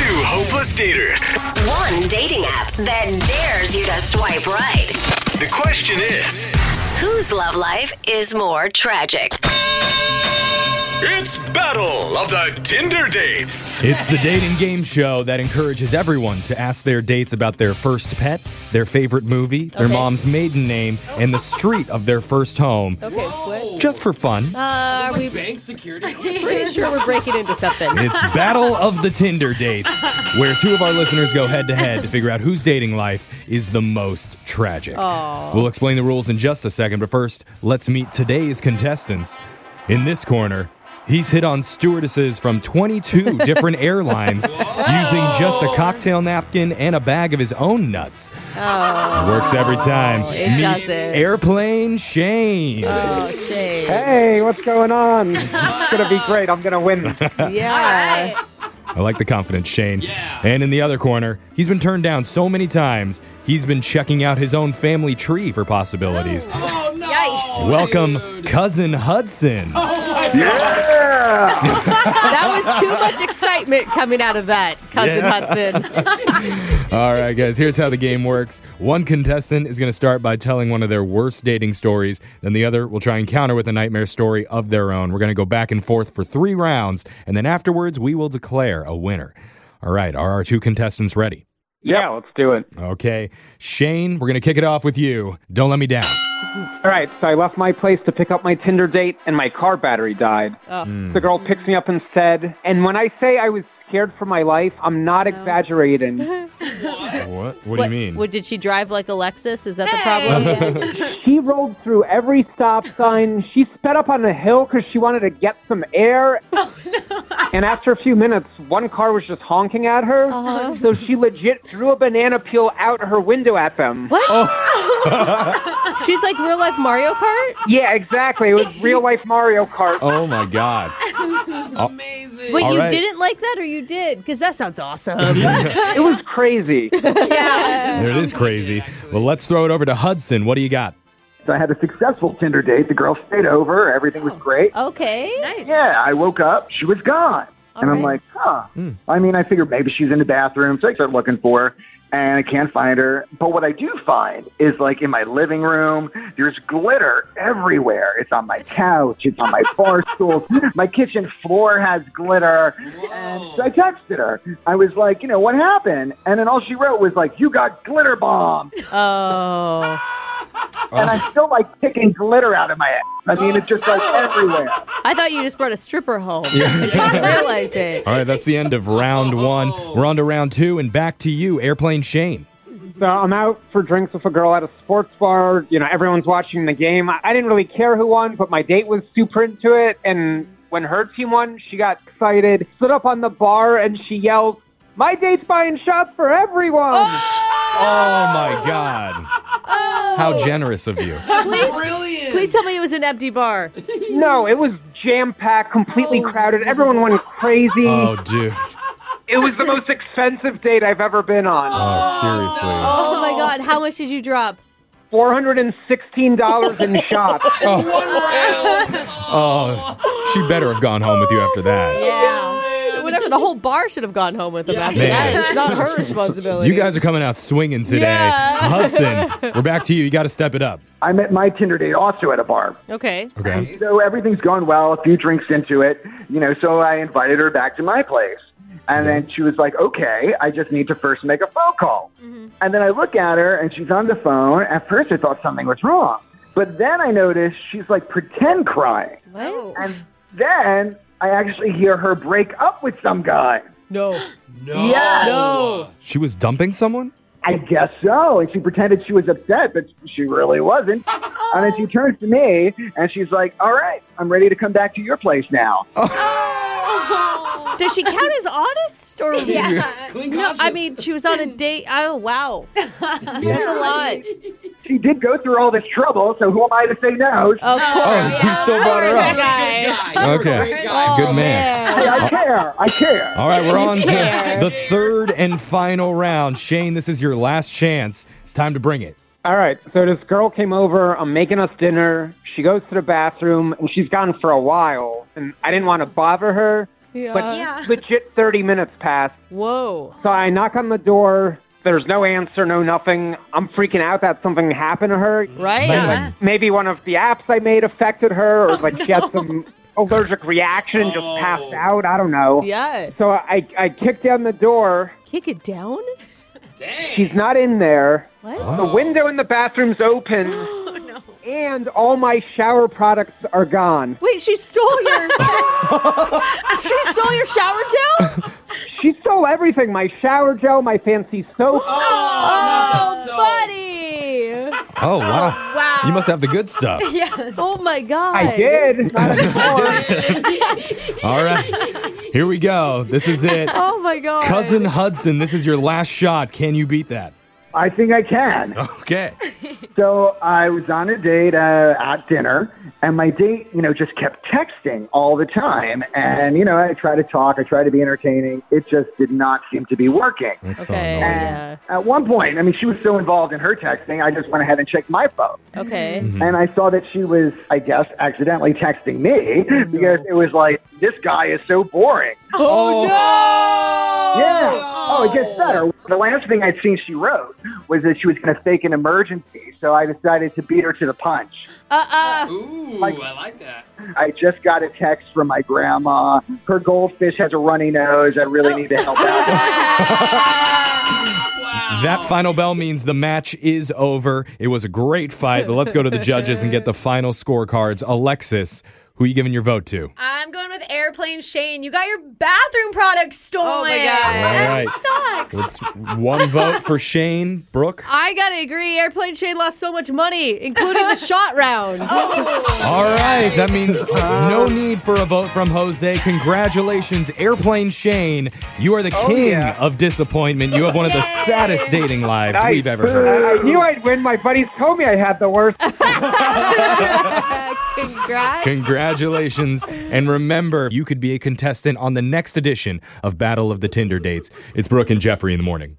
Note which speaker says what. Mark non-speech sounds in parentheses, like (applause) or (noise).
Speaker 1: Fearless Daters.
Speaker 2: One dating app that dares you to swipe right.
Speaker 1: The question is
Speaker 2: Whose love life is more tragic?
Speaker 1: It's Battle of the Tinder Dates.
Speaker 3: It's the dating game show that encourages everyone to ask their dates about their first pet, their favorite movie, their
Speaker 4: Okay.
Speaker 3: mom's maiden name, and the street of their first home,
Speaker 4: Okay, what?
Speaker 3: just for fun.
Speaker 4: Uh, are we
Speaker 5: Bank security.
Speaker 4: (laughs) pretty sure we're breaking
Speaker 5: (laughs)
Speaker 4: into something.
Speaker 3: It's Battle of the Tinder Dates, where two of our listeners go head to head to figure out whose dating life is the most tragic. We'll explain the rules in just a second, but first, let's meet today's contestants. In this corner, he's hit on stewardesses from
Speaker 4: (laughs)
Speaker 3: 22 different airlines using just
Speaker 4: Oh.
Speaker 3: a cocktail napkin and a bag of his own nuts. Works every time.
Speaker 4: Oh. It
Speaker 3: Meet
Speaker 4: doesn't.
Speaker 3: Airplane Shane.
Speaker 4: Oh, shame.
Speaker 6: Hey, what's going (laughs) on? It's gonna be great. I'm gonna win.
Speaker 4: Yeah.
Speaker 3: I like the confidence, Shane.
Speaker 5: Yeah.
Speaker 3: And in the other corner, he's been turned down so many times, he's been checking out his own family tree for possibilities.
Speaker 5: Oh no!
Speaker 3: Welcome,
Speaker 5: dude.
Speaker 3: Cousin Hudson.
Speaker 5: Oh,
Speaker 6: Yeah.
Speaker 4: That was too much excitement coming out of that,
Speaker 3: (laughs)
Speaker 4: Cousin Hudson.
Speaker 3: All right, guys, here's how the game works. One contestant is going to start by telling one of their worst dating stories, then the other will try and counter with a nightmare story of their own. We're going to go back and forth for three rounds, and then afterwards, we will declare a winner. All right, are our two contestants ready?
Speaker 6: (laughs) Yeah, let's do it.
Speaker 3: Okay, Shane, we're going to kick it off with you. Don't let me down.
Speaker 6: All right, so I left my place to pick up my Tinder date, and my car battery died.
Speaker 4: Oh.
Speaker 6: The girl picks me up instead, and when I say I was scared for my life, I'm not exaggerating.
Speaker 3: What? What, do
Speaker 4: What-
Speaker 3: you mean?
Speaker 4: What, did she drive like Alexis? Is that the problem?
Speaker 6: she rolled through every stop sign. She sped up on a hill because she wanted to get some air. And after a few minutes, one car was just honking at her, so she legit threw a banana peel out her window at them.
Speaker 4: She's like real life Mario Kart?
Speaker 6: Yeah, exactly. It was real life Mario Kart.
Speaker 3: oh my God!
Speaker 5: Amazing.
Speaker 4: Wait,
Speaker 3: All
Speaker 4: you
Speaker 3: right.
Speaker 4: didn't like that or you did? Because that
Speaker 3: (laughs)
Speaker 4: sounds awesome.
Speaker 6: It was crazy.
Speaker 4: (laughs) yeah.
Speaker 3: There it is crazy. Well, let's throw it over to Hudson. What do you got?
Speaker 7: So I had a successful Tinder date. The girl stayed over. Everything was great.
Speaker 4: Okay.
Speaker 7: Yeah, I woke up. She was gone.
Speaker 4: All
Speaker 7: and I'm
Speaker 4: right.
Speaker 7: like, huh. I mean, I figured maybe she's in the bathroom. So I started looking for her and I can't find her. But what I do find is like in my living room, there's glitter everywhere. It's on my couch, it's on my bar stool. My kitchen floor has glitter. And so I texted her. I was like, you know, what happened? And then all she wrote was like, you got glitter bombed.
Speaker 4: Oh.
Speaker 7: And I'm still like picking glitter out of my ass. I mean, it's just like everywhere.
Speaker 4: I thought you just brought a stripper home. (laughs) I didn't realize it.
Speaker 3: All right, that's the end of
Speaker 4: (laughs)
Speaker 3: round one. We're on to round two, and back to you, Airplane Shane.
Speaker 6: So I'm out for drinks with a girl at a sports bar. You know, everyone's watching the game. I, I didn't really care who won, but my date was super into it. And when her team won, she got excited, stood up on the bar, and she yelled, "My date's buying shots for everyone!"
Speaker 3: Oh my God! How
Speaker 4: Oh.
Speaker 3: generous of
Speaker 4: (laughs)
Speaker 3: you.
Speaker 5: Brilliant.
Speaker 4: Please tell me it was an empty bar.
Speaker 6: No, it was jam packed, completely crowded. Everyone went crazy.
Speaker 3: Oh, dude.
Speaker 6: It was the most expensive date I've ever been on.
Speaker 3: Oh, seriously.
Speaker 4: Oh my God. How much did you drop?
Speaker 6: Four hundred and sixteen dollars in
Speaker 3: (laughs)
Speaker 6: shots.
Speaker 4: Oh.
Speaker 5: One round.
Speaker 3: Oh, she better have gone home with you after that.
Speaker 4: Yeah. Whatever, the whole bar should have gone home with him after
Speaker 3: Man.
Speaker 4: that. It's
Speaker 3: (laughs)
Speaker 4: not her responsibility.
Speaker 3: You guys are coming out swinging today.
Speaker 4: Yeah.
Speaker 3: Hudson, we're back to you. You got to step it up.
Speaker 7: I met my Tinder date also at a bar.
Speaker 4: Okay.
Speaker 3: Okay.
Speaker 7: So everything's going well, a few drinks into it, you know, so I invited her back to my place. And then she was like, okay, I just need to first make a phone call. And then I look at her and she's on the phone. At first, I thought something was wrong. But then I noticed she's like pretend crying.
Speaker 4: What?
Speaker 7: And then I actually hear her break up with some guy.
Speaker 4: No.
Speaker 5: No.
Speaker 7: Yes.
Speaker 5: No.
Speaker 3: She was dumping someone?
Speaker 7: I guess so. And she pretended she was upset, but she really wasn't. And then she turns to me and she's like, all right, I'm ready to come back to your place now.
Speaker 4: Does she count as honest (laughs) or
Speaker 5: Clean
Speaker 4: No, I
Speaker 5: conscience.
Speaker 4: mean she was on a date.
Speaker 3: (laughs)
Speaker 4: Oh wow, that's a lot.
Speaker 7: she did go through all this trouble, so who am I to say no?
Speaker 4: Of course,
Speaker 3: Oh, you still brought her
Speaker 4: that
Speaker 3: up.
Speaker 4: guy.
Speaker 5: guy.
Speaker 3: Okay.
Speaker 5: Great guy.
Speaker 4: Oh,
Speaker 3: Good man.
Speaker 7: I care. I care.
Speaker 3: All right, we're on to
Speaker 4: care.
Speaker 3: the third and final round. Shane, this is your last chance. It's time to bring it.
Speaker 6: All right, so this girl came over. I'm making us dinner. She goes to the bathroom, and she's gone for a while. And I didn't want to bother her,
Speaker 4: Yeah.
Speaker 6: But
Speaker 8: Yeah.
Speaker 6: legit 30 minutes passed.
Speaker 4: Whoa.
Speaker 6: So I knock on the door. There's no answer, no nothing. I'm freaking out that something happened to her.
Speaker 4: Right?
Speaker 3: Man.
Speaker 6: Maybe one of the apps I made affected her, or like
Speaker 4: (laughs)
Speaker 6: she
Speaker 4: Oh,
Speaker 6: had some allergic reaction and just passed out. I don't know.
Speaker 4: Yeah.
Speaker 6: So I, I kick down the door.
Speaker 4: Kick it down?
Speaker 5: Dang.
Speaker 6: She's not in there.
Speaker 4: What?
Speaker 6: The window in the bathroom's open. (gasps) Oh, no. And all my shower products are gone.
Speaker 4: Wait, she stole
Speaker 3: (laughs)
Speaker 4: your (laughs) She stole your shower gel?
Speaker 6: She stole everything my shower gel, my fancy soap.
Speaker 5: Oh, not the soap.
Speaker 4: Oh, Buddy.
Speaker 3: Oh, wow.
Speaker 8: Wow.
Speaker 3: You must have the good stuff.
Speaker 8: Yeah.
Speaker 4: Oh my god.
Speaker 6: I
Speaker 3: (laughs)
Speaker 6: did. Not anymore.
Speaker 3: All right. Here we go. This is it.
Speaker 4: Oh my god.
Speaker 3: Cousin Hudson, this is your last shot. Can you beat that?
Speaker 7: I think I can.
Speaker 3: Okay.
Speaker 7: So I was on a date uh, at dinner, and my date, you know, just kept texting all the time. And you know, I tried to talk, I tried to be entertaining. It just did not seem to be working.
Speaker 3: That's
Speaker 6: oh
Speaker 3: so
Speaker 4: Okay.
Speaker 3: annoying.
Speaker 4: Yeah.
Speaker 7: At one point, I mean, she was so involved in her texting, I just went ahead and checked my phone.
Speaker 4: Okay.
Speaker 5: Mm-hmm.
Speaker 7: And I saw that she was, I guess, accidentally texting me
Speaker 5: Oh,
Speaker 7: because it was like, this guy is so boring.
Speaker 3: Oh,
Speaker 7: Yeah. Oh, it gets better. The last thing I'd seen she wrote was that she was going to fake an emergency. So I decided to beat her to the punch.
Speaker 4: Uh-uh.
Speaker 5: Ooh,
Speaker 7: Like-
Speaker 5: I like that.
Speaker 7: I just got a text from my grandma. Her goldfish has a runny nose. I really need to help out.
Speaker 5: Wow.
Speaker 3: That final bell means the match is over. It was a great fight, but let's go to the judges and get the final scorecards. Alexis, who are you giving your vote to?
Speaker 8: I'm going with airplane Shane. You got your bathroom products stolen.
Speaker 4: Oh my God.
Speaker 8: That sucks.
Speaker 3: It's one vote for Shane. Brooke.
Speaker 4: I gotta agree, Airplane Shane lost so much money,
Speaker 8: (laughs)
Speaker 4: including the shot round.
Speaker 3: All right. That means no need for a vote from Jose. Congratulations, Airplane Shane. You are the king
Speaker 6: yeah.
Speaker 3: of disappointment. You have one of the saddest dating lives we've ever heard.
Speaker 6: I I knew I'd win. My buddies told me I had the worst.
Speaker 4: Congrats.
Speaker 3: Congratulations. and remember, you could be a contestant on the next edition of Battle of the Tinder Dates. It's Brooke and Jeffrey in the morning.